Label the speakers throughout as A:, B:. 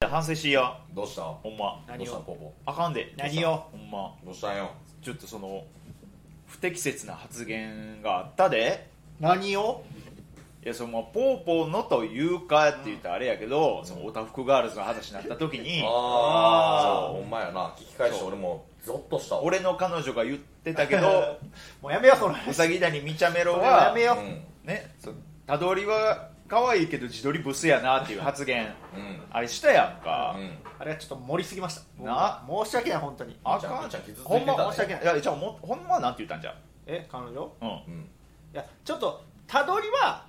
A: ら反省しいや
B: どうしたど
A: ほんま
B: うしたポポ
A: あかんで
C: 何を
A: ほんま
B: どうしたんよ
A: ちょっとその不適切な発言があったで
C: 何を
A: いやそのまあポーポーのというかって言ったらあれやけど、そのオタフクガールズの話になった時に
B: ああほんまやな聞き返して俺もゾッとしたわ
A: 俺の彼女が言ってたけ ど
C: もうやめようその話
A: うさぎ谷みちゃめろ
C: それは
A: は
C: やめよう、
B: うん
A: ねそたどりは可愛いけど自撮りブスやなっていう発言
B: うん
A: あれしたやんか、
B: うん
C: あれはちょっと盛りすぎました
A: な
C: もう申し訳ない本当に
A: あ
B: みちゃん
A: か
B: み
A: ん
B: ちゃん傷ついてた
A: ほ
B: ね
A: んま申し訳ないいやじゃあもほんまはなんて言ったんじゃん
C: え彼女
A: うん
B: うん
C: いやちょっとたどりは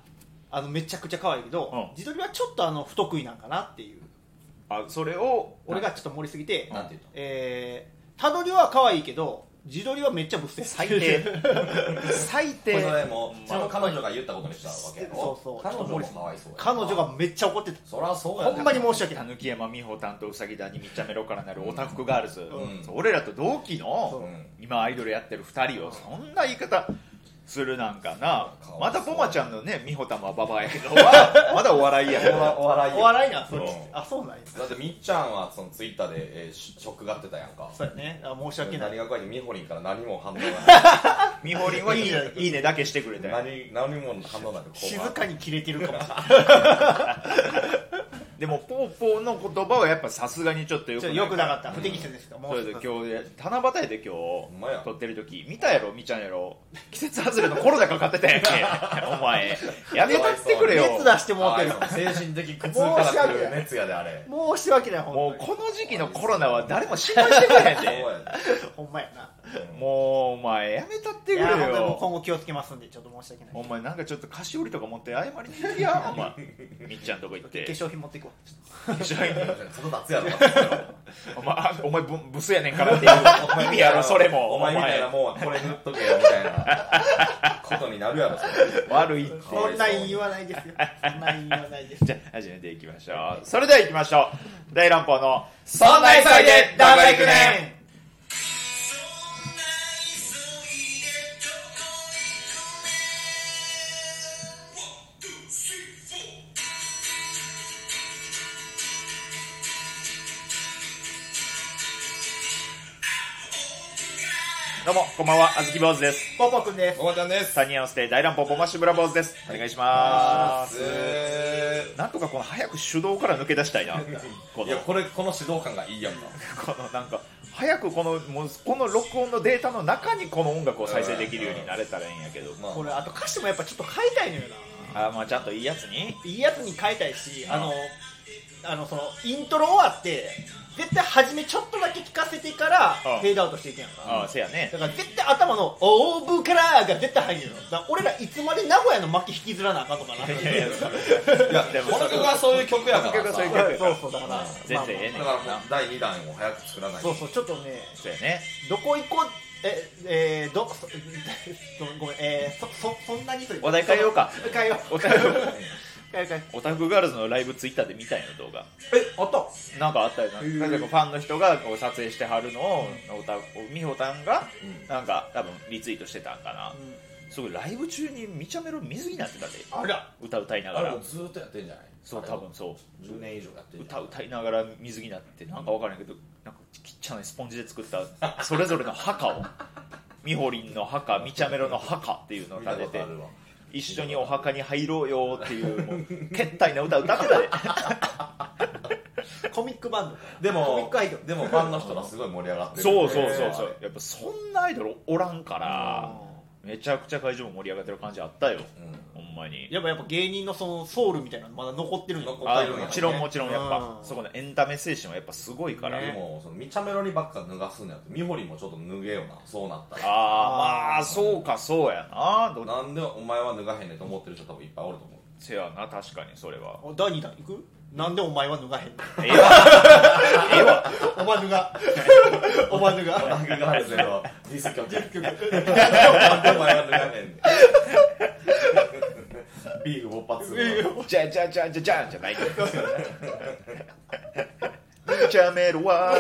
C: あのめちゃくちゃ可愛いけど、
A: うん
C: 自撮りはちょっとあの不得意なんかなっていう
A: あそれを
C: 俺がちょっと盛りすぎて
B: なんて言った
C: えー、たどりは可愛いけど自撮りはめっちゃブスです
A: 最低最低
B: これそれもうちゃんと彼女が言ったことにしたわけやろ
C: そうそう
B: 彼女もかわいそうやな
C: 彼女がめっちゃ怒ってた
B: そりゃそうや
C: ほんまに申し訳
A: た
C: ない
A: ぬき山美穂担当うさぎ谷みっちゃめろからなるオタフクガールズ、
B: うん
A: そう俺らと同期
C: そ
A: の
B: うん
A: 今アイドルやってる2人をそんな言い方するなんかな
B: かわ
A: ま
B: い
A: た
B: そう
A: ポマちゃんのね美穂たまはババアやけどまだお笑いやけ
B: おわ
A: ど
B: お笑い
C: お
B: よ
C: 笑いなそれ、
B: うん
C: あそうなんや
B: だってみっちゃんはそのツイッターで、えーシショックがってたやんか
C: そうやねあ申し訳ない
B: 何が怖いってみほりんから何も反応がない
A: 美穂りんはいいねいいねだけしてくれて
B: 何何も反応なく
C: 静かにキレてるかもしれない
A: でもポーポーの言葉はやっぱさすがにちょっとよく
C: ちょっと
A: い
C: 良くなかった
B: うん
C: 不適切ですけども
A: そうれで今日で七夕やで今
B: ほんまや
A: 日撮ってる時見たやろみちゃんやろ季節外れのコロナかかってたやんけお前やめたってくれよ
C: 熱出してもうてる
B: あー精神的苦痛からくる熱やであれ
C: 申し訳ない
A: も
C: ほ
A: うんこの時期のコロナは誰も心配してくれへん
B: そうや
A: で
C: ほんまやな
B: で
A: もうお前やめたって
C: い
A: くれ
C: やほんまにもう
A: よ
C: 今後気をつけますんでちょっと申し訳ない
A: お前なんかちょっと菓子折りとか持って謝りに行きやお前みっちゃんとこ行って
C: 化粧品持っていくわち ょっ
B: 角立つやろ
A: お前あお前ブブスやねんからっていう意味やろそれも
B: お前みたいなもんはこれ塗っとけよみたいなことになるやろそれ
A: 悪いって
C: とそんなん言わないですよそんなん言わないです
A: じゃあ始めていきましょうそれではいきましょう大乱暴の「そ
B: んな急いでダブル行くね
A: どうもこんばんはあずき坊主です
C: ポポくんです
B: おばちゃんです
A: 3人合わせて大乱暴ボマッシュブラ坊主ですお願いしますなんとかこの早く手動から抜け出したい なこ
B: いや
A: の
B: これこの指導感がいいやんか
A: このなんか早くこのもうこの録音のデータの中にこの音楽を再生できるようになれたらいいんやけど
B: まあ
C: これあと歌詞もやっぱちょっと変えたいのよな
A: あーまあちゃんといいやつに
C: いいやつに変えたいしあのあのそのイントロ終わって絶対初めちょっとだけ聞かせてから
A: ん
C: フェードアウトしていけんやんか
A: ああせや ね
C: だから絶対頭の「オーブから」が絶対入るのだから俺らいつまで名古屋の巻き引きずらなあかんのかな
A: いやいや
B: いやこの曲はそういう曲やから
A: この曲はそういう曲
C: そうそうそうだから
A: 全然ええ
B: だ
A: ね
B: か
A: ん
B: らもう第2弾を早く作らない
C: そ
B: と
C: うそうちょっとね
A: そうやね
C: どこ行こうええー、ど そごめんえー、そそそんなにという
A: お題変えようか
C: 変えよう
A: おたく
C: 変えよう変えよ
A: オタクガールズのライブツイッターで見たんよ動画
C: うえあった
A: なんかあったよな
C: へー
A: なんかこうファンの人がこう撮影してはるのをおた美穂さんがなんか多分リツイートしてたんかなすごいライブ中にみちゃめろ水着になってたで
C: あら
A: 歌歌いな
B: あ
A: が
B: れ
A: ら
B: もうずーっとやってんじゃない
A: そう多分そ
B: 10年以上やって
A: うん
B: じ
A: 歌
B: ゃない
A: 歌いながら水着になってなんかわからんけどなんかちっちゃなスポンジで作 ったそれぞれの墓をみほりんの墓みちゃめろの墓っていうのを
B: 見た
A: 立
B: こ
A: てて
B: とあるわ
A: 一緒にお墓に入ろうよっていうもうけったいな歌歌ってたで
C: コミックバンド
B: で
C: コミッ
B: も
C: クアイドル
B: でもファンの人がすごい盛り上がって る
A: そうそうそうそ
B: へ
A: うやっぱそんなアイドルおらんからめちゃくちゃ会場も盛り上がってる感じあったよ
B: ーうん
A: ほんまに
C: やっぱやっぱ芸人のそのソウルみたいなのまだ残ってるんや
B: 残っ
A: あ
B: てるんや
A: もちろんもちろんやっぱ
C: うん
A: そこのエンタメ精神はやっぱすごいから、
B: でもそのみちゃめろにばっか脱がすんやってみほりんもちょっと脱げよなそうなったら
A: ああまあそうかそうやなどっ
B: なんでお前は脱がへんねんと思ってる人多分いっぱいおると思う
A: ちやな確かにそれは
C: お第2弾行くなんでお前は 脱がへんの
A: ええわええわ
C: お前 脱がお前脱が
B: 脱がるけどディス曲なんでお前は脱がへんねんビーフ勃発するわ
A: じゃじゃじゃじゃじゃんじゃないんだよみちゃめるわ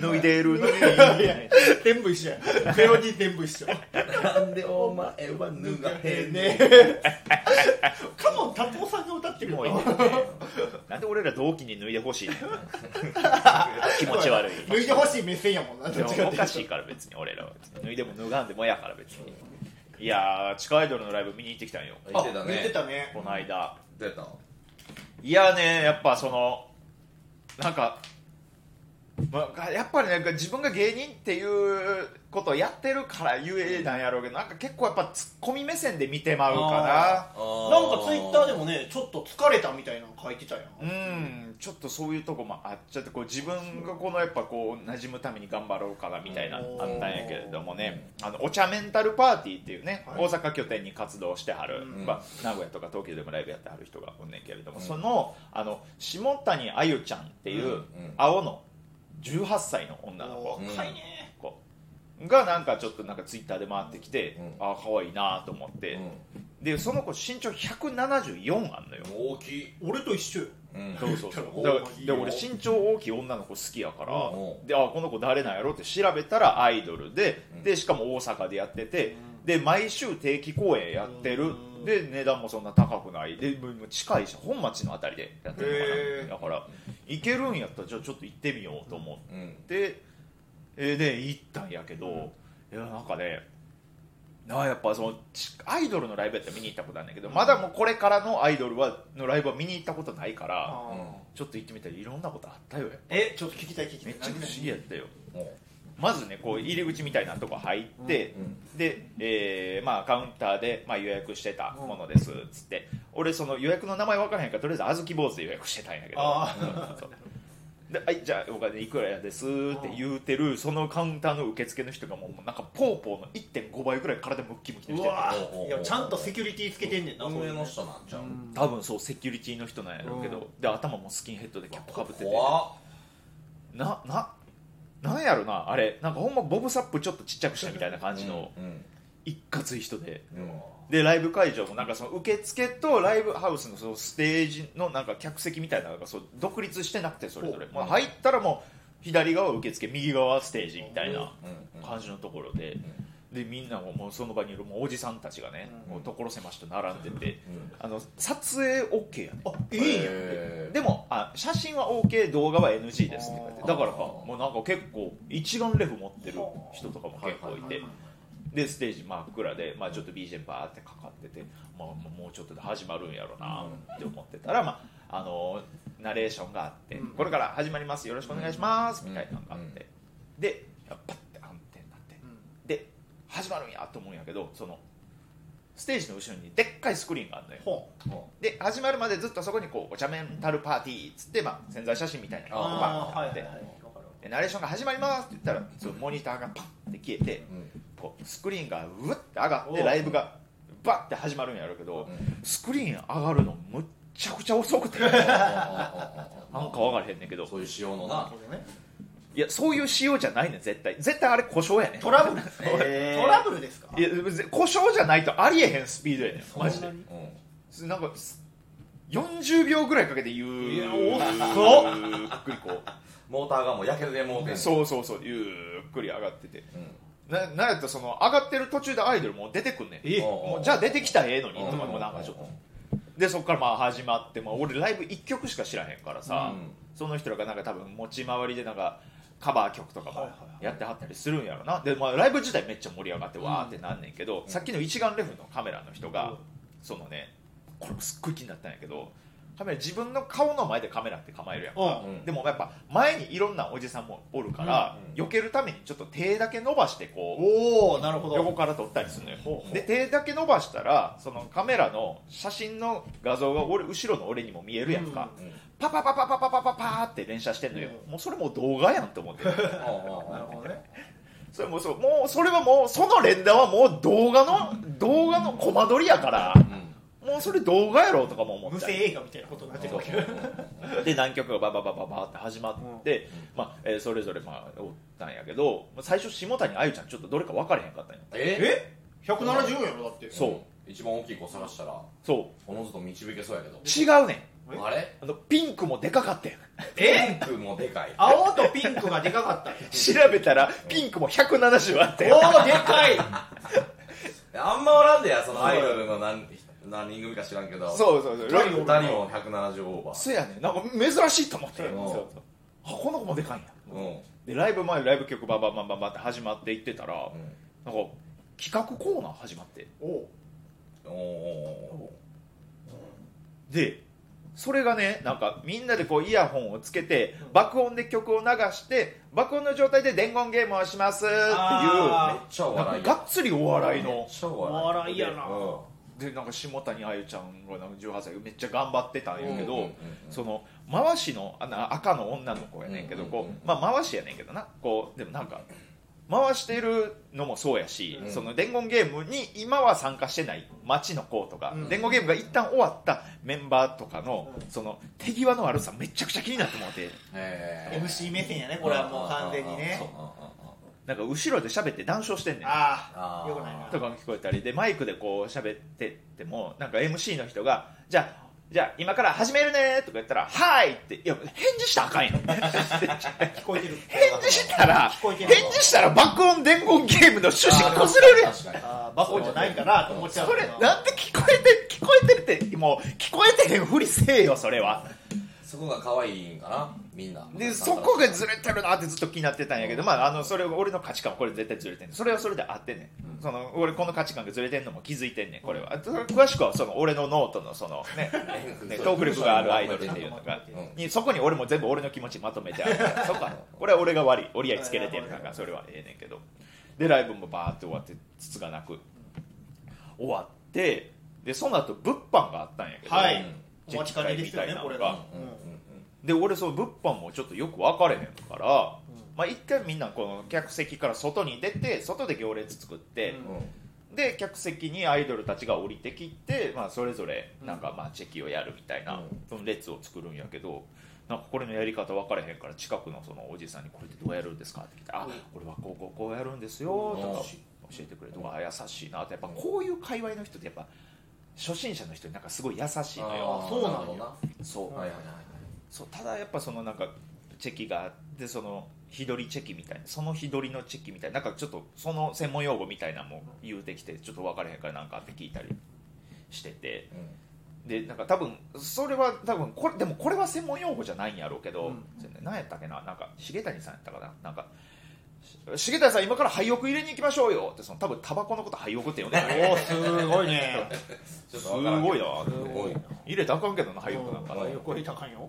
A: 脱いでるのに
C: 全部一緒やメロディー全部一緒
B: なんでお前は脱がへんねん
C: ねえカモンタポさんが歌ってる
A: も
C: よ
A: ういいねなんで俺ら同期に脱いでほしいねん気持ち悪い
C: 脱いでほしい目線やもんなどっ
A: で
C: ちかっていう
A: も
C: と
A: おかしいから別に俺らは脱いでも脱がんでもやから別にいやー地下アイドルのライブ見に行ってきたんよ
B: 言ってた
C: あ言って
B: ね
C: たね
A: この間
B: 出た
A: いやねやっぱそのなんか、まあ、やっぱりなんか自分が芸人っていうことをやってるからゆえなんやろうけどなんか結構やっぱツッコミ目線で見てまうか
B: な
C: なんかツイッターでもねちょっと疲れたみたいなの書いてたやん
A: なうんちょっとそういうとこもあっちゃってこう自分がこのやっぱこう馴染むために頑張ろうかなみたいなあ
C: うん
A: ったんやけれどもねあのお茶メンタルパーティーっていうね、
C: はい
A: 大阪拠点に活動してはる、
C: うん
A: まあ、名古屋とか東京でもライブやってはる人がおんねんけれども、そのあの下谷あゆちゃんっていう、
B: うん
A: 青の18歳の女の子
B: うん
C: 若いね
A: こうがなんかちょっとなんかツイッターで回ってきて、
B: うん
A: ああ可愛いなと思って、でその子身長174あんのよ
B: うん大きい
C: 俺と一緒よ
B: うん
A: そうそう そう
C: だ
A: だ
C: から
A: からで俺身長大きい女の子好きやから、
B: うん
A: であこの子誰なんやろって調べたらアイドルで,、
B: うん
A: でしかも大阪でやってて
C: う、ん
A: で毎週定期公演やってる、
C: うん
A: で値段もそんな高くないでもう近いし本町のあたりでやって
C: へ
A: る
C: ー
A: のかなだから行けるんやったらじゃあちょっと行ってみようと思って。
B: うん
A: で、えーで行ったんやけど、いやなんかねなあやっぱそのちアイドルのライブやったら見に行ったことあるんだけど、まだもうこれからのアイドルはのライブは見に行ったことないから
C: あー
B: うん
A: ちょっと行ってみたらいろんなことあったよ
C: えちょっと聞きたい聞きた
A: め
C: い
A: っちゃ不思議やったよ
B: うん
A: まずねこう入り口みたいなとこ入って、で、えーまあ、カウンターで、まあ、予約してたものですっつって俺その予約の名前分からへんからとりあえずあずき坊主で予約してたんやけど
C: あ
A: そうではいじゃあお金いくらやですって言うてるそのカウンターの受付の人がもうなんかポーポーの1.5倍ぐらい体ムッキムキにし
C: う
A: てる
C: わ
B: おうおうおう
C: いやちゃんとセキュリティつけてんねんなそうい
B: 運
C: う
B: 営
C: の
B: の人なんちゃう
C: うん
A: 多分そうセキュリティの人なんやろうけ
C: うん
A: どで頭もスキンヘッドでキャップかぶってて
B: 怖っ
A: なななんやろなあれなんかほんまボブサップちょっとちっちゃくしたみたいな感じの
B: うん
A: いかつい人で
B: うんうん
A: でライブ会場もなんかその受付とライブハウスのそのステージのなんか客席みたいなのがそう独立してなくてそれぞれ、
B: ほう
A: まあ、入ったらもう左側受付右側ステージみたいな
B: うん
A: 感じのところででみんなももうその場にいるもうおじさんたちがね
B: うん
A: もう所狭しと並んでて
B: うん
A: あの撮影 OK やね
C: あいいやん
B: へー
A: でもあ写真は OK 動画は NG ですって書いて
C: あー
A: だからかもうなんか結構一眼レフ持ってる人とかも結構いて。でステージ真っ暗で、まあ、ちょっと BGM バーってかかってて、まあ、もうちょっとで始まるんやろうなって思ってたら、まあ、あのナレーションがあって、
C: うん
A: これから始まりますよろしくお願いします、
B: うん
A: みたいなのがあって、でパッて暗転になって
C: うん
A: で始まるんやと思うんやけどそのステージの後ろにでっかいスクリーンがあるのよ
C: ほ
B: ほ
A: で始まるまでずっとそこにこうお茶メンタルパーティーっつって、まあ、潜在写真みたいなの
C: う
A: が
C: あ
A: バ
C: あは
A: ーンっ
C: いはい
A: て
C: はいわか
A: でナレーションが始まりますって言ったらそのモニターがパンって消えて
B: ううん
A: こうスクリーンがうわって上がっ
C: お
A: て
C: う
A: ライブがバッて始まるんやろうけど
B: うん
A: スクリーン上がるのむっちゃくちゃ遅くて なん
B: あ
A: か
B: あああああ
A: 分からへんねんけど
B: そういう仕様の
C: るなる
B: な
C: ほどね
A: いやそういう仕様じゃないねん絶対絶対あれ故障やねん
C: トラブルですね
A: えー
C: トラブルですか
A: いやぜ故障じゃないとありえへんスピードやねんマジで
B: うん
A: なんかす40秒ぐらいかけてゆ
C: いや
A: ー
C: 遅っ
A: ゆっくりこ
B: モーターがもうやけどでもうてんね
A: うんそうそうそうゆっくり上がってて
B: うん
A: ななんやったらその上がってる途中でアイドルもう出てくんねん
C: え
A: もうじゃあ出てきたらええのにとかもうなんかちょっとでそこからまあ始まって、まあ、俺ライブ1曲しか知らへんからさ、
B: うん
A: その人らがなんか多分持ち回りでなんかカバー曲とか
C: は
A: も
C: いはいはい
A: やってはったりするんやろなで、まあ、ライブ自体めっちゃ盛り上がってわーってなんねんけど、
B: ん
A: さっきの一眼レフのカメラの人が、
C: うん
A: そのねこれもすっごい気になったんやけどカメラ自分の顔の前でカメラって構えるやんか、
C: うん
B: うん
A: でもやっぱ前にいろんなおじさんもおるから、
B: うん
A: 避けるためにちょっと手だけ伸ばしてこう
C: おおなるほど
A: 横から撮ったりするのよ
C: ほうほう
A: で手だけ伸ばしたらそのカメラの写真の画像が俺後ろの俺にも見えるやんか、
B: うんうん
A: パパパパパパパパパーって連写してんのよ、
C: う
A: もうそれもう動画やんと思って
B: ああああ
C: なるほどね
A: それもうそうもうそれはもうその連打はもう動画の動画のコマ撮りやから
B: うん
A: もうそれ動画やろとかも思
C: 無
A: った
C: 声
A: り
C: 映画みたいなことになってるわけ
A: で南極がバババババって始まって、まあえーそれぞれまあおったんやけどまあ最初下谷あゆちゃんちょっとどれか分からへんかったんよ
B: え
C: え170円やろだって
A: そう
B: うん一番大きい子探したら
A: そ
B: おのずと導けそうやけど
A: う違うねん
C: え
B: あれ
A: あのピンクもでかかったよ
C: え
B: ピンクもでかい
C: 青とピンクがでかかった
A: 調べたらピンクも170あって
C: おおでかい
B: あんまおらんでやそのアイドルのなん何人組か知らんけど
A: そうそうそう
B: 2人も170オーバー
A: そうやねなんか珍しいと思って、
B: うん
A: そうそうあこの子もでかいんや、
B: うん
A: でライブ前ライブ曲バンバンバンバンバンって始まっていってたら、
B: うん
A: なんか企画コーナー始まって
C: おう
B: おお
A: でそれがねなんかみんなでこうイヤホンをつけて爆音で曲を流して爆音の状態で伝言ゲームをしますっていう
B: めっ
C: あ
B: ちゃお
A: な
B: 笑
A: ん
B: い
A: かがっつりお笑い
B: め
A: の
B: っちゃお
C: お
B: 笑い
C: 笑いやな、
B: うん
A: でなんか下谷あゆちゃんがなんか18歳めっちゃ頑張ってたんやけど、
B: うんうんうんうん
A: その回しのあな赤の女の子やねんけど、
B: うんうんうん
A: こうまあ、回しやねんけどなこうでもなんか回してるのもそうやし、
B: うん
A: その伝言ゲームに今は参加してない町の子とか、
C: うん
A: 伝言ゲームが一旦終わったメンバーとかの、
C: うん
A: その手際の悪さめちゃくちゃ気になってもうて
B: へー
C: MC 目線やねこれはもう完全にね
B: うんうんうんうん
A: なんか後ろで喋って談笑してんねん
C: あ
B: あ
C: あ
B: ー
C: よくないな
A: とかも聞こえたりでマイクでこう喋ってってもなんか MC の人が「じゃあじゃあ今から始めるね」とか言ったら「はい」っていや返事したらあ かんやん
C: 聞こえてる
A: 返事したら
C: 聞こえて
A: 返
C: る
A: 事したら爆音伝言ゲームの趣旨崩れるやん
B: 確かに
C: あーバカじゃないかなと思っちゃう
A: それ
C: な
A: なんで聞こえて聞こえてるってもう聞こえてへんふりせえよそれは
B: そこが可愛いんかなみんな
A: でそこが
B: ず
A: ずれてるなってずっと気になってたんやけど、まあ、あのそれ俺の価値観はこれ絶対ずれてんねんそれはそれであってんねん、
B: うん
A: その俺この価値観がずれてんのも気づいてんねんこれは、それ詳しくはその俺のノートのその、ねね、トーク力があるアイドルっていうのが、
B: う
A: にそこに俺も全部俺の気持ちまとめて あるからそっかこれは俺が悪い折り合いつけれてるからそれはええねんけどでライブもバーって終わってつつがなく終わってでその後物販があったんやけど、
C: はい
A: うん
C: お待ちかねですよねこれが
B: うんうん
A: で俺その物販もちょっとよく分かれへんから、まあ、一回みんなこの客席から外に出て外で行列作って、
C: うん
B: うんうん
A: で客席にアイドルたちが降りてきて、まあ、それぞれなんかまあチェキをやるみたいな、
B: うん
A: その列を作るんやけどなんかこれのやり方分からへんから近くのそのおじさんに「これってどうやるんですか?」って聞いて「あ
C: うん
A: これはこうこうこうやるんですよ」とか教えてくれるとかあ優しいなってやっぱこういう界隈の人ってやっぱ初心者の人になんかすごい優しいのよ
B: あー
C: そうなの
B: るほど
A: そう
B: はいはいはい
A: そうただやっぱそのなんかチェキがあってその日取りチェキみたいなその日取りのチェキみたいななんかちょっとその専門用語みたいなのも言うてきてちょっと分からへんからなんかって聞いたりしててでなんか多分それは多分これでもこれは専門用語じゃないんやろうけど、
C: うん
A: それね何やったっけななんか重谷さんやったかななんか。し重谷さん、今から廃屋入れに行きましょうよって、その多分タバコのこと廃屋って呼んでる
C: おおすごいね
B: ちょっ
A: す
B: とわからんけど
A: ごいな、
B: すごいな
A: 入れたらあかんけどな、廃屋なんかな
C: うん横に高いよ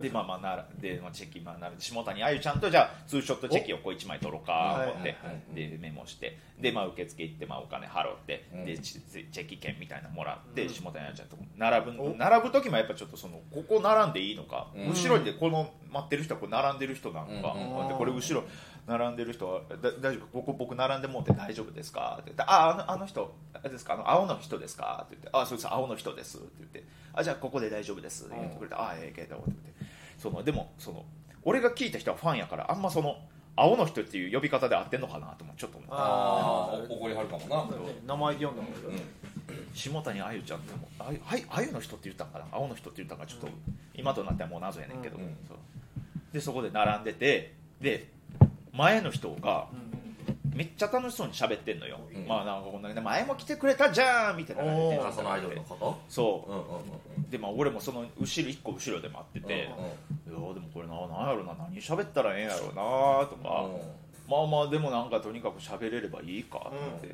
A: でまあまあならで、まあ、チェキ、まあ、なら下谷あゆちゃんとじゃあツーショットチェキをこう1枚取ろうか
C: お
A: 思って、
B: はいはいはい
A: でメモしてで、まあ、受付行って、まあ、お金払って、
B: うん
A: でチチェキ券みたいなのもらって、
C: うん
A: 下谷あゆちゃんと並ぶ
C: お
A: 並ぶ時もやっぱちょっとそのここ並んでいいのか、
B: うん
A: 後ろでこの待ってる人はこう並んでる人なんか、
B: うん
A: でこれ後ろ並んでる人はだ大丈夫僕僕並んでもうて大丈夫ですか?」って言って「ああのあの人あれですかあの青の人ですか?」って言って「あそうです青の人です」って言って「あじゃあここで大丈夫です」って言ってくれて「ああええけど」って言ってそのでもその俺が聞いた人はファンやからあんまその青の人っていう呼び方で合ってんのかなともちょっと思った
B: ああ怒りはるかもな
C: 名前で呼んだもん
B: うん
A: 下谷あゆちゃんってもあゆはいあゆの人って言ったんかな青の人って言ったんかちょっと今となってはもう謎やねんけど、
B: うんうん
A: そうでそこで並んでてで前の人がめっちゃ楽しそうに喋ってんのよ、
B: うん
A: まあなんかこんなね前も来てくれたじゃんみたいな感じで
C: おー
B: そのアイドルのこ
A: そ
B: とうんうんうん
A: うでまあ俺もその後ろ一個後ろで待ってて、いやーでもこれな何やろな何喋ったらええんやろうなとか、まあまあでもなんかとにかく喋れればいいかと思って、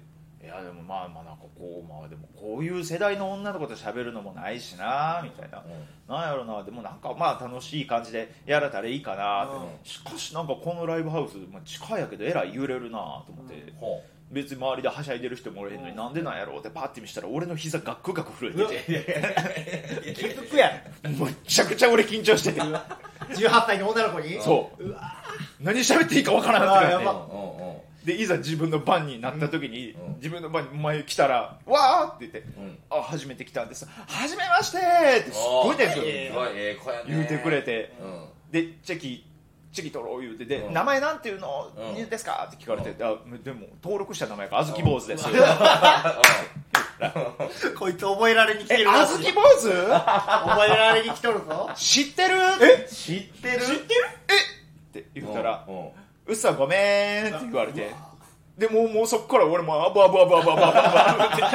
A: いやでもまあまあなんかこうまあでもこういう世代の女の子と喋るのもないしなみたいな、なんやろなでもなんかまあ楽しい感じでやれたらいいかなって、
B: うん
A: しかしなんかこのライブハウス、まあ、近いやけどえらい揺れるなと思って、
C: うん
B: ほ
A: 別に周りではしゃいでる人もおれへんのに、
C: うん
A: なんでなんやろうってパッて見したら俺の膝ガクガク震えて
C: 気づくや
A: てむっちゃくちゃ俺緊張してて
C: ん18歳の女の子に
A: そう
C: うわ
A: 何喋っていいかわからなく
C: あ
A: な
C: ー
A: っ
C: や
A: て
C: ば
B: うんうんうん
A: でいざ自分の番になった時に、
B: うん
A: 自分の番に前来たら「わー!」って言って「
B: うん
A: あ初めて来たんです初めまして!」ってすごいです
B: す
A: よ
B: ごい
C: え
B: ええ子やね
A: 言うてくれて
B: うん
A: でチェキチェキ取ろう言うてで、
B: うん
A: 名前なんていうの
B: うん
A: ですか?」って聞かれて、
B: う
A: あでも登録した名前があずき坊主です」
C: こいつ覚えられに来て
A: え
C: る
A: あ
C: な
A: ずき坊主
C: 覚えられに来とるぞ
A: 知ってる?」
B: 知ってる
A: 知ってるえって言ったら
B: うんうん
A: 「うっさごめん」って言われて
C: うわ
A: でもうもうそこから俺もあぶあぶあぶあぶあぶあぶあぶあぶっ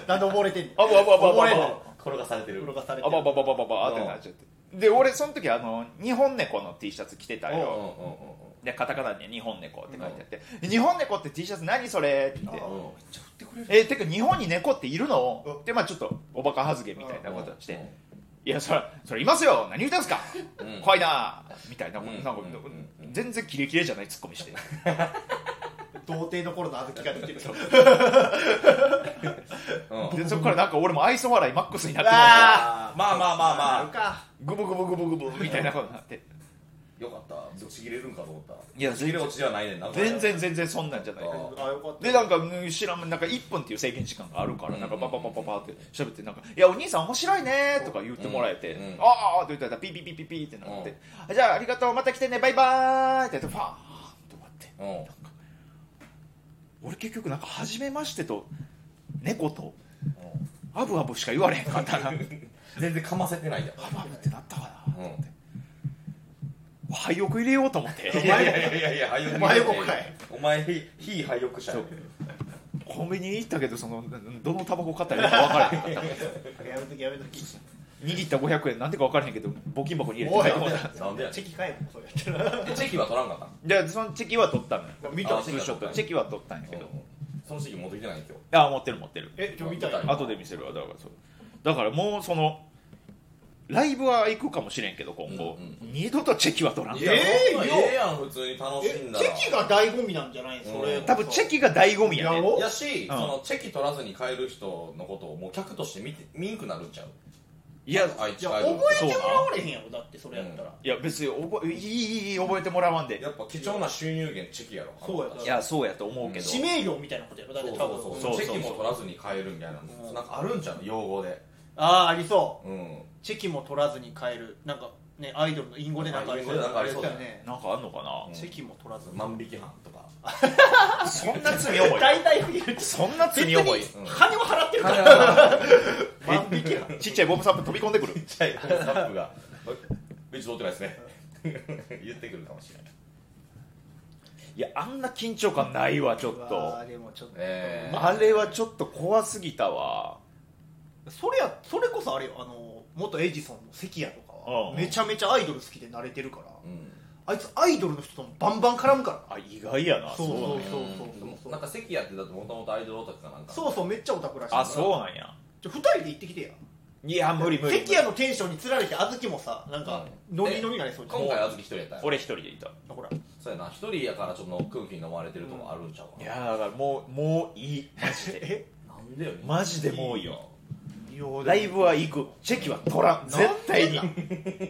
A: て
C: なんで溺れてんの
A: あぶあぶあぶあぶあぶ
B: 溺れんの転がされてる
C: 転がされて
A: あ
C: る
A: ばばばばばばってなっちゃってで俺その時あの日本猫の T シャツ着てた
B: うんうんうん
A: よでカタカナに「日本猫」って書いてあって「日本猫って T シャツ何それ?」って言って
C: あ
B: うんうん
C: ちゃ振ってく
A: 「
C: れ
A: えてか日本に猫っている
C: う
A: の?」
C: ん
A: でまあちょっとおバカはずげみたいなことし
B: う
A: て
B: ん
A: 「いやそれそれいますよ何言ってんすか
B: うん
A: 怖いな」みたいな
B: う
A: なん
B: ん
A: か
B: うんうんうん
A: 全然キレキレじゃないツッコミして
C: 童貞の頃の小豆が出てる
B: うん
A: でそこからなんか俺も愛想笑いマックスになってもらって
C: あ
B: まあまあまあまあ
C: なるか
A: グブグブグブグブみたいなことになって
B: よかったちぎれるんかと思った
A: いや
B: ちぎれ落ちではないねんな
A: 全然全然そんなんじゃない
B: あー
C: あよかった
A: でなんかうん知らんなんか1分っていう制限時間があるから
B: うん
A: なんかパパパパパって喋ってなんか「いやお兄さん面白いね」とか言ってもらえて
B: うんう
A: 「
B: ん
A: ああ」って言ったらピーピーピーピーピーってなって「あじゃあありがとうまた来てねバイバーイ」って言ってファーンと終わって
B: うんうん
A: 俺結局なんか初めましてと猫とアブアブしか言われへんか ったなアブ
B: 全然かませてないやん
A: アブってなったか
B: うん
A: な廃屋入れようと思って
B: いやいやいやいや
C: お前よこかい
B: お前非廃浴者やね
A: コンビニ行ったけどそのどのタバコ買ったらいいか分からへんかった
C: やめときやめとき
A: 握った500円なんでか分からへんけど募金箱に入れて
C: おい
A: た
B: なんでやね
C: チェキ返るもんそうやったら
B: んチェキは取らんかった
A: でそのチェキは取ったのよ
C: 見
B: た
A: ツーショットチェキは取ったんやけど、
B: その時期持ってきてないん今
A: あ持ってる持ってる
C: え今日見たい
B: あ
A: 後で見せるわだからそうだからもうそのライブは行くかもしれんけど今後、
B: うんうん
A: 二度とチェキは取らん
B: 日
C: いやえー
B: いやええやん普通に楽
C: え
B: しんだ
C: チ
B: ら
C: ェキが醍醐味なんじゃないそれ
B: うん
A: 多分チェキが醍醐味やね
C: やろ
B: やし、
A: ん
B: そのチェキ取らずに帰る人のことをもう客として見て見んくなるんちゃう
A: いや
B: あい
C: い
B: つ
C: や
B: 帰る
C: 覚えてもらわれへんやろだってそれやったら
A: いや別に覚えいいいいいい覚えてもらわんで
B: やっぱ貴重な収入源チェキやろ
C: そうやない
A: やそうやと思うけど、
C: 指名料みたいなことやろだっ
B: そう
C: て
B: そう
C: 多
B: そう
C: 分
A: そう
B: チェキも取らずに帰るみたいな
C: うん
B: なんかあるんちゃう用語で
C: ああありそう
B: うん
C: チェキも取らずに買えるなんかねアイドルの隠語でなんかありそう
B: あ隠語でなんかありそうだ
C: よ
B: よ
C: ね
A: なんかあんのかな、
C: チェキも取らず
B: 万引き犯とか
A: そんな罪重い
C: 大体不義
A: そんな罪重い
B: うん
C: 金を払ってるから万引きや
A: ちっちゃいボブサップ飛び込んでくる
B: ちっちゃいコンサップがベンチ取ってないですね言ってくるかもしれない
A: いやあんな緊張感ないわちょっ
C: う
A: と
C: わーでもちょっと
B: えー
A: あれはちょっと怖すぎたわ
C: それやそれこそあれよあの元エジソンの関谷とかは
A: うん
C: めちゃめちゃアイドル好きで慣れてるから
B: うん
C: あいつアイドルの人ともバンバン絡むか
A: あ意外やな
C: らそうそう
A: なんや
C: そうそうそう
B: なんか関やってたともともとアイドルオタクかなんか
C: そうそうめっちゃオタクらしい
A: あそうなんや
C: じゃあ二人で行ってきてや
A: いや無理無理無
C: 関
A: 理
C: 谷のテンションにつられてあずきもさなんか
B: うん
C: ノリノリになりそうじゃん
B: 今回あずき一人やったんや
A: 俺一人でいた
C: ほら
B: そうやな一人やからちょっと空気に飲まれてるとこあるんちゃうかない
A: やだからもうもういいマジで
C: え
B: なんでよ
A: マジでもういいよラ
C: ラ
A: イ
C: イブ
A: ブは行くチェキは取らん絶対に
C: なん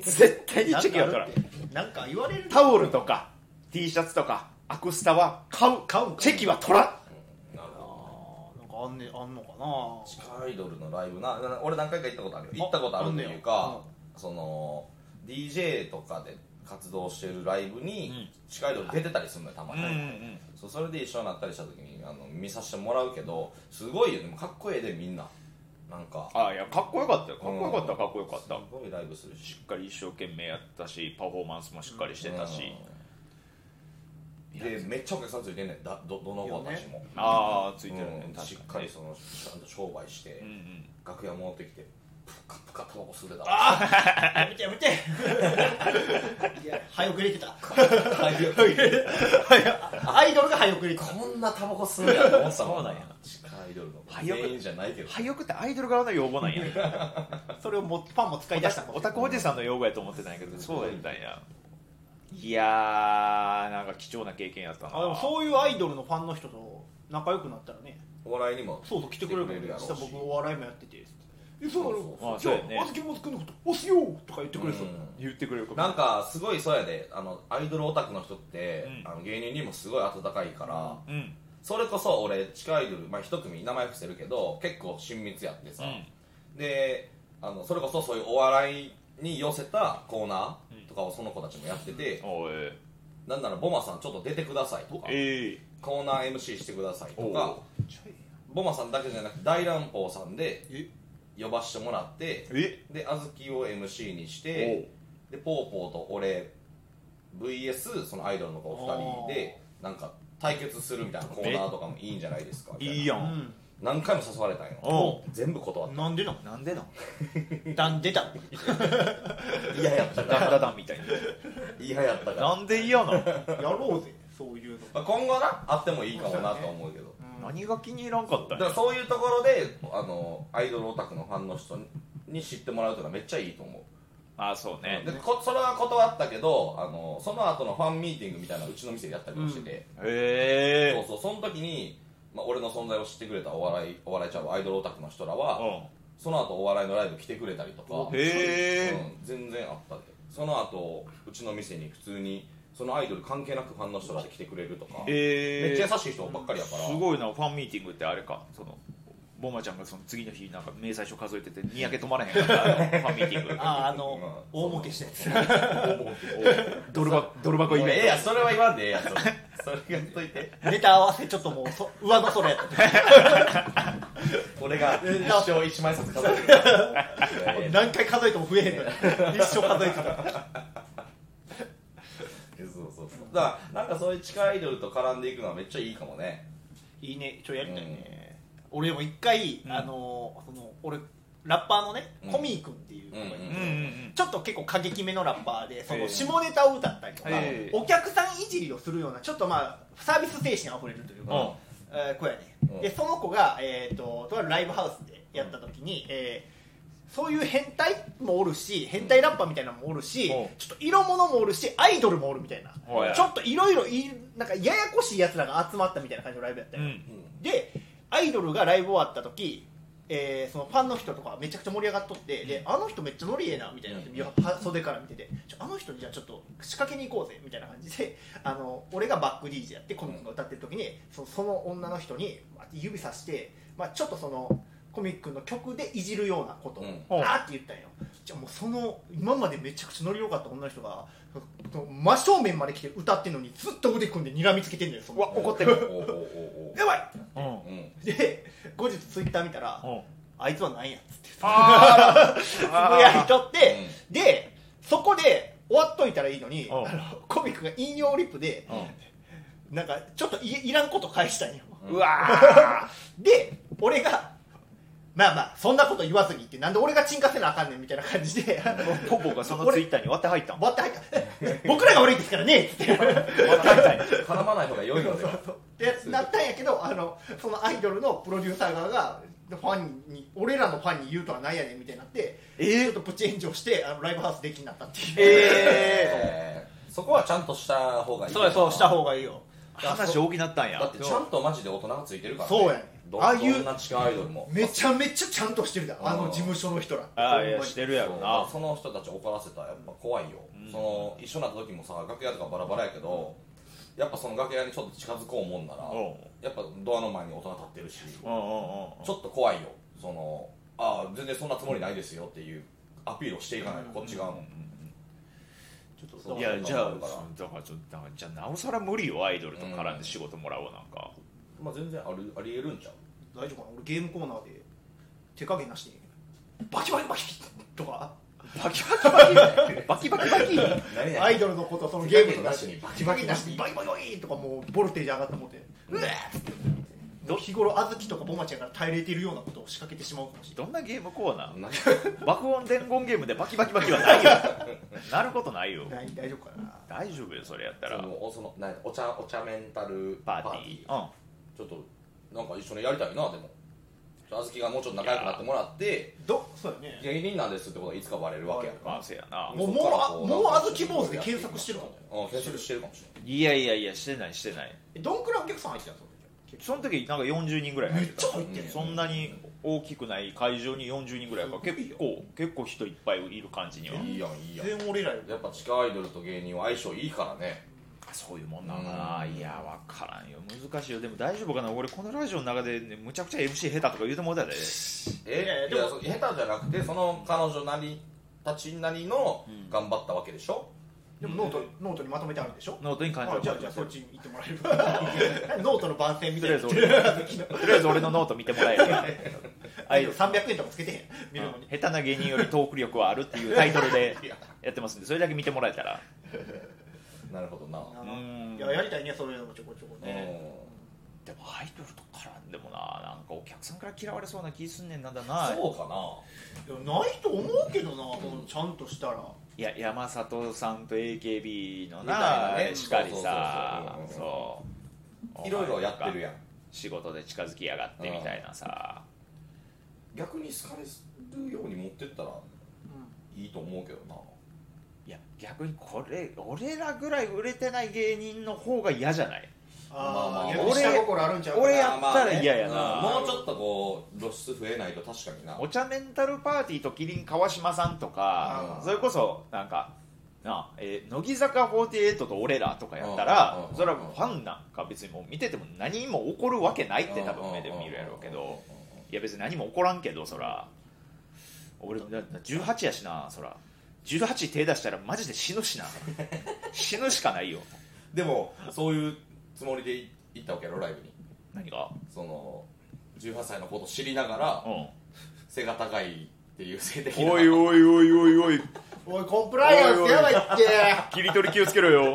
A: 絶対にチェキは取らん
C: なんか言われる
A: タオルとか T シャツとかアクスタは買う
C: 買うんか
A: チェキは取らん
B: なるほ
C: あーなんかあんねあんのか
B: ど地下アイドルのライブなな俺何回か行ったことあるよ行ったことあるっていうかその DJ とかで活動してるライブに地下アイドル出てたりするのよたま
A: うん
B: に、
A: うんうん
B: そうそれで一緒になったりした時にあの見させてもらうけどすごいよでもかっこええでみんななんか
A: あいやかっこよかったよかっこよかったかっこよかった
B: すごいライブするし
A: しっかり一生懸命やったしパフォーマンスもしっかりしてたし、
B: うんでめっちゃお客さんついてんねんだどどの子たちも、
A: ああついてる
B: う
A: ね
B: ん、し
A: 確
B: っか
A: かに
B: り
A: ね
B: そのちゃんと商売して、
A: うんうん
B: 楽屋戻ってきてプカプカタバコ吸ってた
C: なやめてやめていや早くれてたアイドルが早くれてた
B: こんなタバコ吸うんやと思ってたもん
A: そうなんや
B: 地下アイドルの
A: 早く
B: 全員じゃないけど
A: 廃屋ってアイドル側の用語なんや
C: それをもファンも使い出した
A: オタクおじさんの用語やと思ってたんやけどそうやったんやいやーなんか貴重な経験やったな
C: あでもそういうアイドルのファンの人と仲良くなったらね
B: お笑いにも
C: そうそう来てくれるから
B: 来てくれるやろうし
C: 実は僕お笑いもやっててえそうなの
A: そうそう
C: じゃ
A: あそうやね
C: あずきも作るのこと押すよとか言ってくれそう
B: うん
A: 言ってくれるかも
B: なんかすごいそうやであのアイドルオタクの人って、
A: うん
B: あの芸人にもすごい温かいから、
A: うん
B: それこそ俺地下アイドル、まあ、一組名前伏せるけど結構親密やってさ、であのそれこそそういうお笑いに寄せたコーナーとかをその子たちもやってて、
A: おい
B: なんならボマさんちょっと出てくださいとか
A: ええ
B: コーナー MC してくださいとか
A: お
B: ボマさんだけじゃなくて大乱暴さんで
C: え
B: 呼ばしてもらって
A: え
B: で小豆を MC にしてでポーポーと俺 VS そのアイドルの子お二人でなんか対決するみたいなコーナーとかもいいんじゃないですかみたいない
A: いや、
C: うんん
B: 何回も誘われたんよ
A: お
B: 全部断っ
C: なんでな
A: なんでなん
C: んなんでだ
B: た嫌やった
A: ダンダダンみたい
B: 嫌やったか
A: なな
B: ら、
A: んで嫌なの
C: やろうぜそういうの
B: まあ、今後なあってもいいかもなとは思うけど
C: うん
A: 何が気に入らんかった
B: だ
A: ん
B: か
A: や
B: らそういうところであのアイドルオタクのファンの人に知ってもらうというのはめっちゃいいと思う
A: あそうね
B: でこそれは断ったけどあのその後のファンミーティングみたいなのうちの店でやったりもしてて、
A: へ
B: そう
A: え
B: そうその時に、まあ、俺の存在を知ってくれたお笑いお笑いちゃうアイドルオタクの人らは、
A: う
B: その後お笑いのライブ来てくれたりとか
A: ん、へえ
B: うん全然あったでその後うちの店に普通にそのアイドル関係なくファンの人らで来てくれるとか、め
A: え
B: っちゃ
A: ー、
B: 優しい人ばっかりやから、
A: すごいなファンミーティングってあれかそのボマちゃんがその次の日なんか明細書数えててにやけ止まらへんかったあのファンミーティング
C: ああの、
B: うん
C: 大儲けしたやつ
A: ドルバドル箱イ
B: もうえ
A: ベ
B: え
A: ン
B: やんそれは言わんでええ やんそれそれ言っといて
C: ネタ合わせちょっともうそ上の空やった
B: 俺が一生一枚札 数えてるいやいや
C: 何回数えても増えへんのに一生数えてた
B: そうそうそうだからなんかそういう地下アイドルと絡んでいくのはめっちゃいいかもね
C: いいねちょやりたいね、俺でも一回、
A: うん
C: あのその俺ラッパーのね、
B: うん
C: コミー君っていう子がいて、
B: うん
A: トうんうん
C: ちょっと結構過激めのラッパーでそ
A: え
C: の
A: え
C: 下ネタを歌ったりとか、
A: ええ
C: お客さんいじりをするようなちょっとまあサービス精神あふれるというか、
A: うん
C: えー子やね、
B: うん
C: でその子が、えー、ととあるライブハウスでやった時に、えーそういう変態もおるし変態ラッパーみたいなのもおるし、
A: うん
C: ちょっと色物もおるしアイドルもおるみたいな、
A: おい
C: ちょっといろいろいなんかややこしいやつらが集まったみたいな感じのライブやった
A: う
C: よ、
A: ん
C: でアイドルがライブ終わった時、えーそのファンの人とかめちゃくちゃ盛り上がっとって、であの人めっちゃノリええなみたいになって、
B: う
C: は袖から見ててちょあの人にじゃあちょっと仕掛けに行こうぜみたいな感じであの俺がバック DJ やってコミックが歌ってる時にそその女の人にまあ指さして、まあ、ちょっとそのコミックの曲でいじるようなことを、
B: うん
C: あーって言ったんよ。じゃあもうその今までめちゃくちゃノリ良かった女の人がその真正面まで来て歌ってるのにずっと腕組んで睨みつけてんだよその
A: うわ怒ってる
B: おうおうおうおう
C: やばい
A: うん
B: うん
C: で後日ツイッター見たら
A: うん
C: 「あいつはなんや」っつって
A: あ
C: つぶやいとって
B: うん
C: でそこで終わっといたらいいのに
A: うん
C: あのコミックが引用リップでなんかちょっといいらんこと返したんよ
A: うわ
C: で俺が「まあまあそんなこと言わずに」言ってなんで俺が沈下せなあかんねんみたいな感じで
A: ーポポがそのツイッターに割って入ったん
C: 割って入った僕らが悪いですからねっつって
B: 絡まない方が良いのでは
C: ってなったんやけどあのそのアイドルのプロデューサー側がファンに俺らのファンに言うとはなんやねんみたいになって、ちょっとプチ炎上してあのライブハウスできになったっていう、
A: え
B: えーそこはちゃんとした方がいい
C: そうやそうした方がいいよ
A: ー、話大きなったんや
B: だってちゃんとマジで大人がついてるから、
C: そうやねん
B: ど
C: ああいう
B: どんな地下アイドルも
C: めちゃめちゃちゃんとしてるだあの事務所の人ら
A: ああいやしてるやろな
B: そうその人たちを怒らせたらやっぱ怖いよ、
A: うん
B: その一緒になった時もさ楽屋とかバラバラやけどやっぱその楽屋にちょっと近づこうもんなら
A: うんうん
B: やっぱドアの前に大人立ってるしち
A: うんうん
B: ょっと怖いよそのああ全然そんなつもりないですよっていうアピールをしていかないとこっち側も、ちょっとそ
A: いやじゃあ
B: だから
A: だからちょっとじゃあなおさら無理よアイドルと絡んで仕事もらおうなんか、
B: まあ全然あるありえるん ちゃう
C: 大丈夫かな俺ゲームコーナーで手加減なしでバキバキバキとか
A: バキバキバキ バキバキバキ
B: 何
C: アイドルのことそのゲームと
B: 手加減な
C: か
B: しにバキバキなしに
C: バキバキバキとかもうボルテージ上がってもってうわーっつって日頃あずきとかボマちゃんから耐えれてるようなことを仕掛けてしまうかもしれない
A: どんなゲームコーナ
B: 何
A: ー爆音伝言ゲームでバキバキバキはないよなることないよ
C: 大大丈夫かな
A: 大丈夫よそれやったら
B: そのおその何お茶お茶メンタル
A: パ
B: パ
A: ー
B: ー
A: テ
B: テ
A: ィ
B: ィー
A: ー
B: ちょっとなんか一緒にやりたいなでもあずきがもうちょっと仲良くなってもらって
C: どそうだよね
B: 芸人なんですってことがいつかバレるわけや
A: うん
B: か
A: まあせやな
B: ら
C: も
B: そ
C: う
B: っから
C: も
B: こ
C: うあ
B: なん
C: もう
B: か
C: あずき坊主で検索してるかも
B: うん検索してるかもしれ
A: いやいやいやしてないしてない
C: えどんくらいお客さん入ってたの
A: その時なんか40人ぐらい
C: め
A: 入っ
C: ってち
A: た
C: ゃ入ってる
A: そんなに大きくない会場に40人ぐらいが結構結構人いっぱいいる感じには
B: ないいいやんいいやん
C: 全然俺らより
B: やっぱ地下アイドルと芸人は相性いいからね
A: そういうもんなのかないや分からんよ難しいよでも大丈夫かな俺このラジオの中で、ね、むちゃくちゃ MC 下手とか言うてもうたで
B: え
C: いやいやで
B: い
C: も
B: やそ下手じゃなくてその彼女なりたちなりの
A: うん
B: 頑張ったわけでしょ
C: でもノートノートにまとめてあるんでしょ
A: ノートに感
C: あじ
A: 情
C: ゃ
A: を
C: あじゃあそ
A: と
C: っちに行ってもらえれば ノートの番宣みたいな
A: とりりあえず俺のノート見てもらえれば
C: ア イドル300円とかつけてへん見るのに
A: 下手な芸 人よりトーク力はあるっていうタイトルでやってますんでそれだけ見てもらえたら
B: なるほどな、
A: うん
C: いややりたいねそういうのもちょこちょこね
A: でもアイドルと絡んでもななんかお客さんから嫌われそうな気すんねんなんだ
B: うん
A: な
B: そうかない
C: やないと思うけどなそのちゃんとしたら
A: いや山里さんと AKB の
B: みた
A: ない
B: なね
A: しかりさ
B: そうそうそう
A: そう
B: いろいろやってる
A: やん
B: やん
A: 仕事で近づきやがってみたいなさ
B: 逆に好かれるように持ってったらいいと思うけどない
A: や逆にこれ俺らぐらい売れてない芸人の方が嫌じゃない
B: まあま
C: あ
B: あ
C: あ逆に下心あるんちゃうかな
A: 俺やったら嫌やな
B: まあねうんもうちょっとこう露出増えないと確かにな
A: お茶メンタルパーティーとキリン川島さんとか
B: あー
A: それこそなんかなあ、えー乃木坂48と俺らとかやったら
B: うん
A: それはもうファンなんか別にもう見てても何も起こるわけないって多分目で見るやろうけどいや別に何も起こらんけどそら俺だだ18やしなそら18手出したらマジで死ぬしな死ぬしかないよ
B: でもそういうつもりで行ったわけやろライブに
A: 何が
B: その18歳のこと知りながら
A: うん
B: 背が高いっていう性的な
A: おいおいおいおいおい
C: おいコンプライアンスやばいって
A: 切り取り気をつけろよお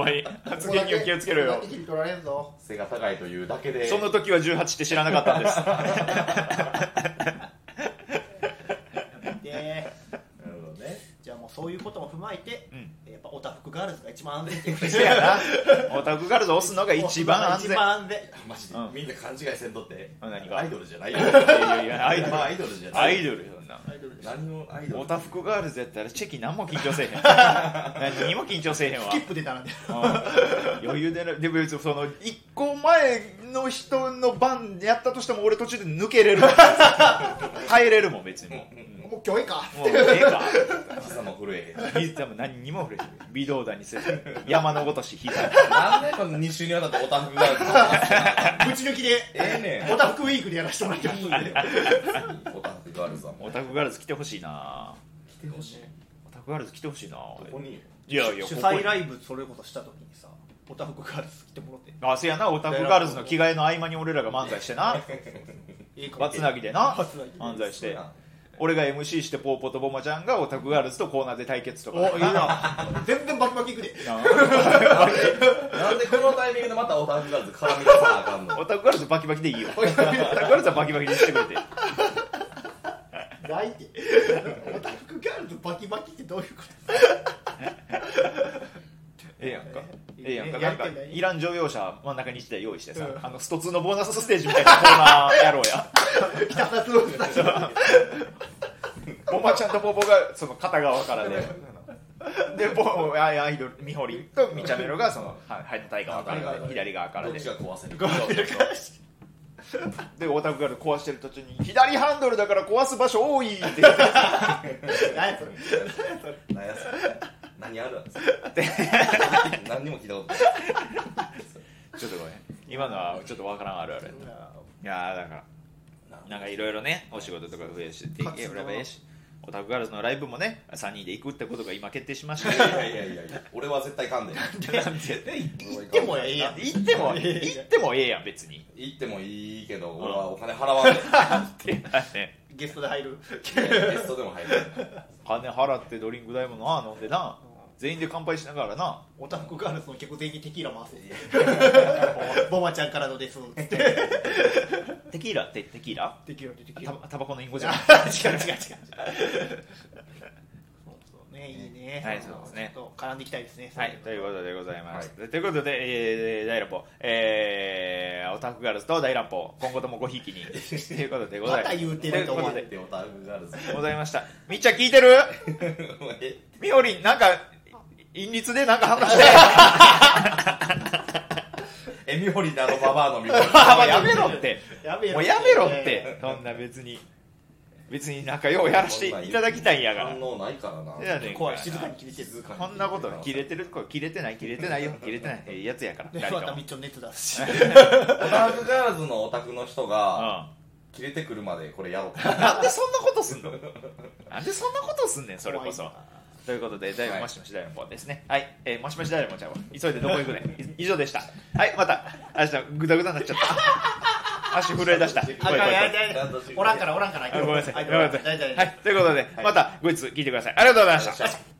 A: 前発言には気をつけろよ
C: ここだ切り取られんぞ
B: 背が高いというだけで
A: その時は18って知らなかったんです
C: で
B: なるほどね
C: じゃあもうそういうことも踏まえて、
A: う
C: やっぱオタフクガールズが一番安全っ て
A: せや なオタクガールズ押すのが一番安
C: 一
A: 全
C: 番安全
B: マジで、
A: うん
B: みんな勘違いせんとって
A: あ何が
B: アイドルじゃないよ
A: いやい やアイドル
B: まあアイドルじゃない
A: アイドルよな
C: アイドルです
B: 何もアイドル
A: オタフクガールズやったらチェキ何も緊張せえ へん何にも緊張せえへんわ
C: キップ出たなんで
A: うん余裕でなでも別にその1個前の人の番やったとしても俺途中で抜けれ るもん入れるもん別にも
C: もう今日いいか
A: うもうええか
B: 膝も震え
A: 多分何にも触れてる微動だにせず山のごとし膝
B: なんでこの2週にわたってオタフがあるの
C: ぶち抜きで
B: ええねん
C: オタフクウィークでやらせてもらってます
B: オタフがあるぞ
A: オタフガールズ来てほしいな
B: 来てほしい
A: オタフガールズ来てほしいな
B: ここに
A: いやいや
C: 主
A: ここに
C: 催ライブそれこそした時にさオタフクガールズ来てもらって
A: あせやなオタフガールズの着替えの合間に俺らが漫才して な
C: いいか
A: バツナギでな
C: バツナギで
A: 漫才し
B: そう
A: て
B: やん
A: 俺が MC してポーポとボマちゃんがオタフガールズとコーナーで対決とか
C: おいいな全然バキバキいくで
B: なんでこのタイミングでまたオタフがある絡み出さなあかん
A: オ
B: の
A: タフガールズバキバキでいいよオタフガールズはバキバキにして くれて
C: ないってオタフクガールズバキバキってどういうこ
A: ええやんか
C: え
A: ええやんか
C: え
A: なんか
C: やりたいない
A: らん乗用車真ん中に1台用意してさ、
C: うん
A: あのスト2のボーナスステージみたいなコーナーやろうや
C: と北札の人たちが
A: ボマちゃんとポーポがその片側からで でボあアイドルミホリンとミチャメロがそのはい入った側からで左側から
B: どっ
A: で
B: ちが壊せる
A: でオタクが壊してる途中に左ハンドルだから壊す場所多いって言って
C: 何やそれ
B: 何やそれ何あるんですか何にも聞いたことない
A: ちょっとごめん今のはちょっとわからんあるあるいやーだからなんかいろいろねお仕事とか増やしていければいいしオタクガールズのライブもね3人で行くってことが今決定し ました
B: いやいやいやいや俺は絶対かんで
C: 行ってもええやん
A: 行っても行ってもええやん別に
B: 行ってもいいけど俺はお金払わない
C: ゲストで入る
B: ゲストでも入る
A: 金払ってドリンク代もな飲んでな全員で乾杯しながらな
C: オタフクガールズの曲全員テキーラ回す ボマちゃんからのですって
A: テキーラって テキーラ
C: テキーラテキ
A: タ
C: ラ
A: バタバコの隠語 じゃん
C: 違う違う違う違うそうねいいね
A: はいそうですね
C: ちょっと絡んでいきたいですね
A: はい、ということでございます。
B: は
A: ということで、えー、大乱暴、えー、オタフガールズと大乱暴、今後ともごひいきに、ということでございます。
C: また言うてると思
A: といううことで
B: でオタフがあるぞ
A: ございました。みっちゃん聞いてる
B: え
A: みおりん、なんか、陰律でなんか話 して、
B: エミホリだのババアのミホリ
A: あも うやめろって、
C: やめろ
A: もうやめろ って、そんな別に、別に仲ようやらせていただきたいんやから。
B: 反応ないからな
A: せやねん
C: 怖い静かに切れてる
B: 静かに
A: こんなこと、切れてる、これ切れてない、切れてないよ、切れてない、ええやつやから、
C: で
A: 誰
C: ま
A: か
C: た
A: も
C: みっ。ちょん熱出すし
B: オタフガールズのオタクの人
A: う
B: が
A: ん
B: 切れてくるまでこれやろうか
A: なんでそんなことすんの なんでそんなことすんねんそれこそ
C: 怖いな
A: ということで大
B: は
A: 門
B: い
A: もしもし大門ですねはい、えー、もしもし大門ちゃんは急いでどこ行くね んい以上でしたはいまた明日グダグダになっちゃった 足震え出した
B: あ
A: 怖い怖い怖い
C: あいやいやいやおらんからおらんから
A: あごめんなさい
C: は
A: ごめんなさい
C: 大丈夫
A: はいということでまた後日聞いてくださいありがとうございました
B: ら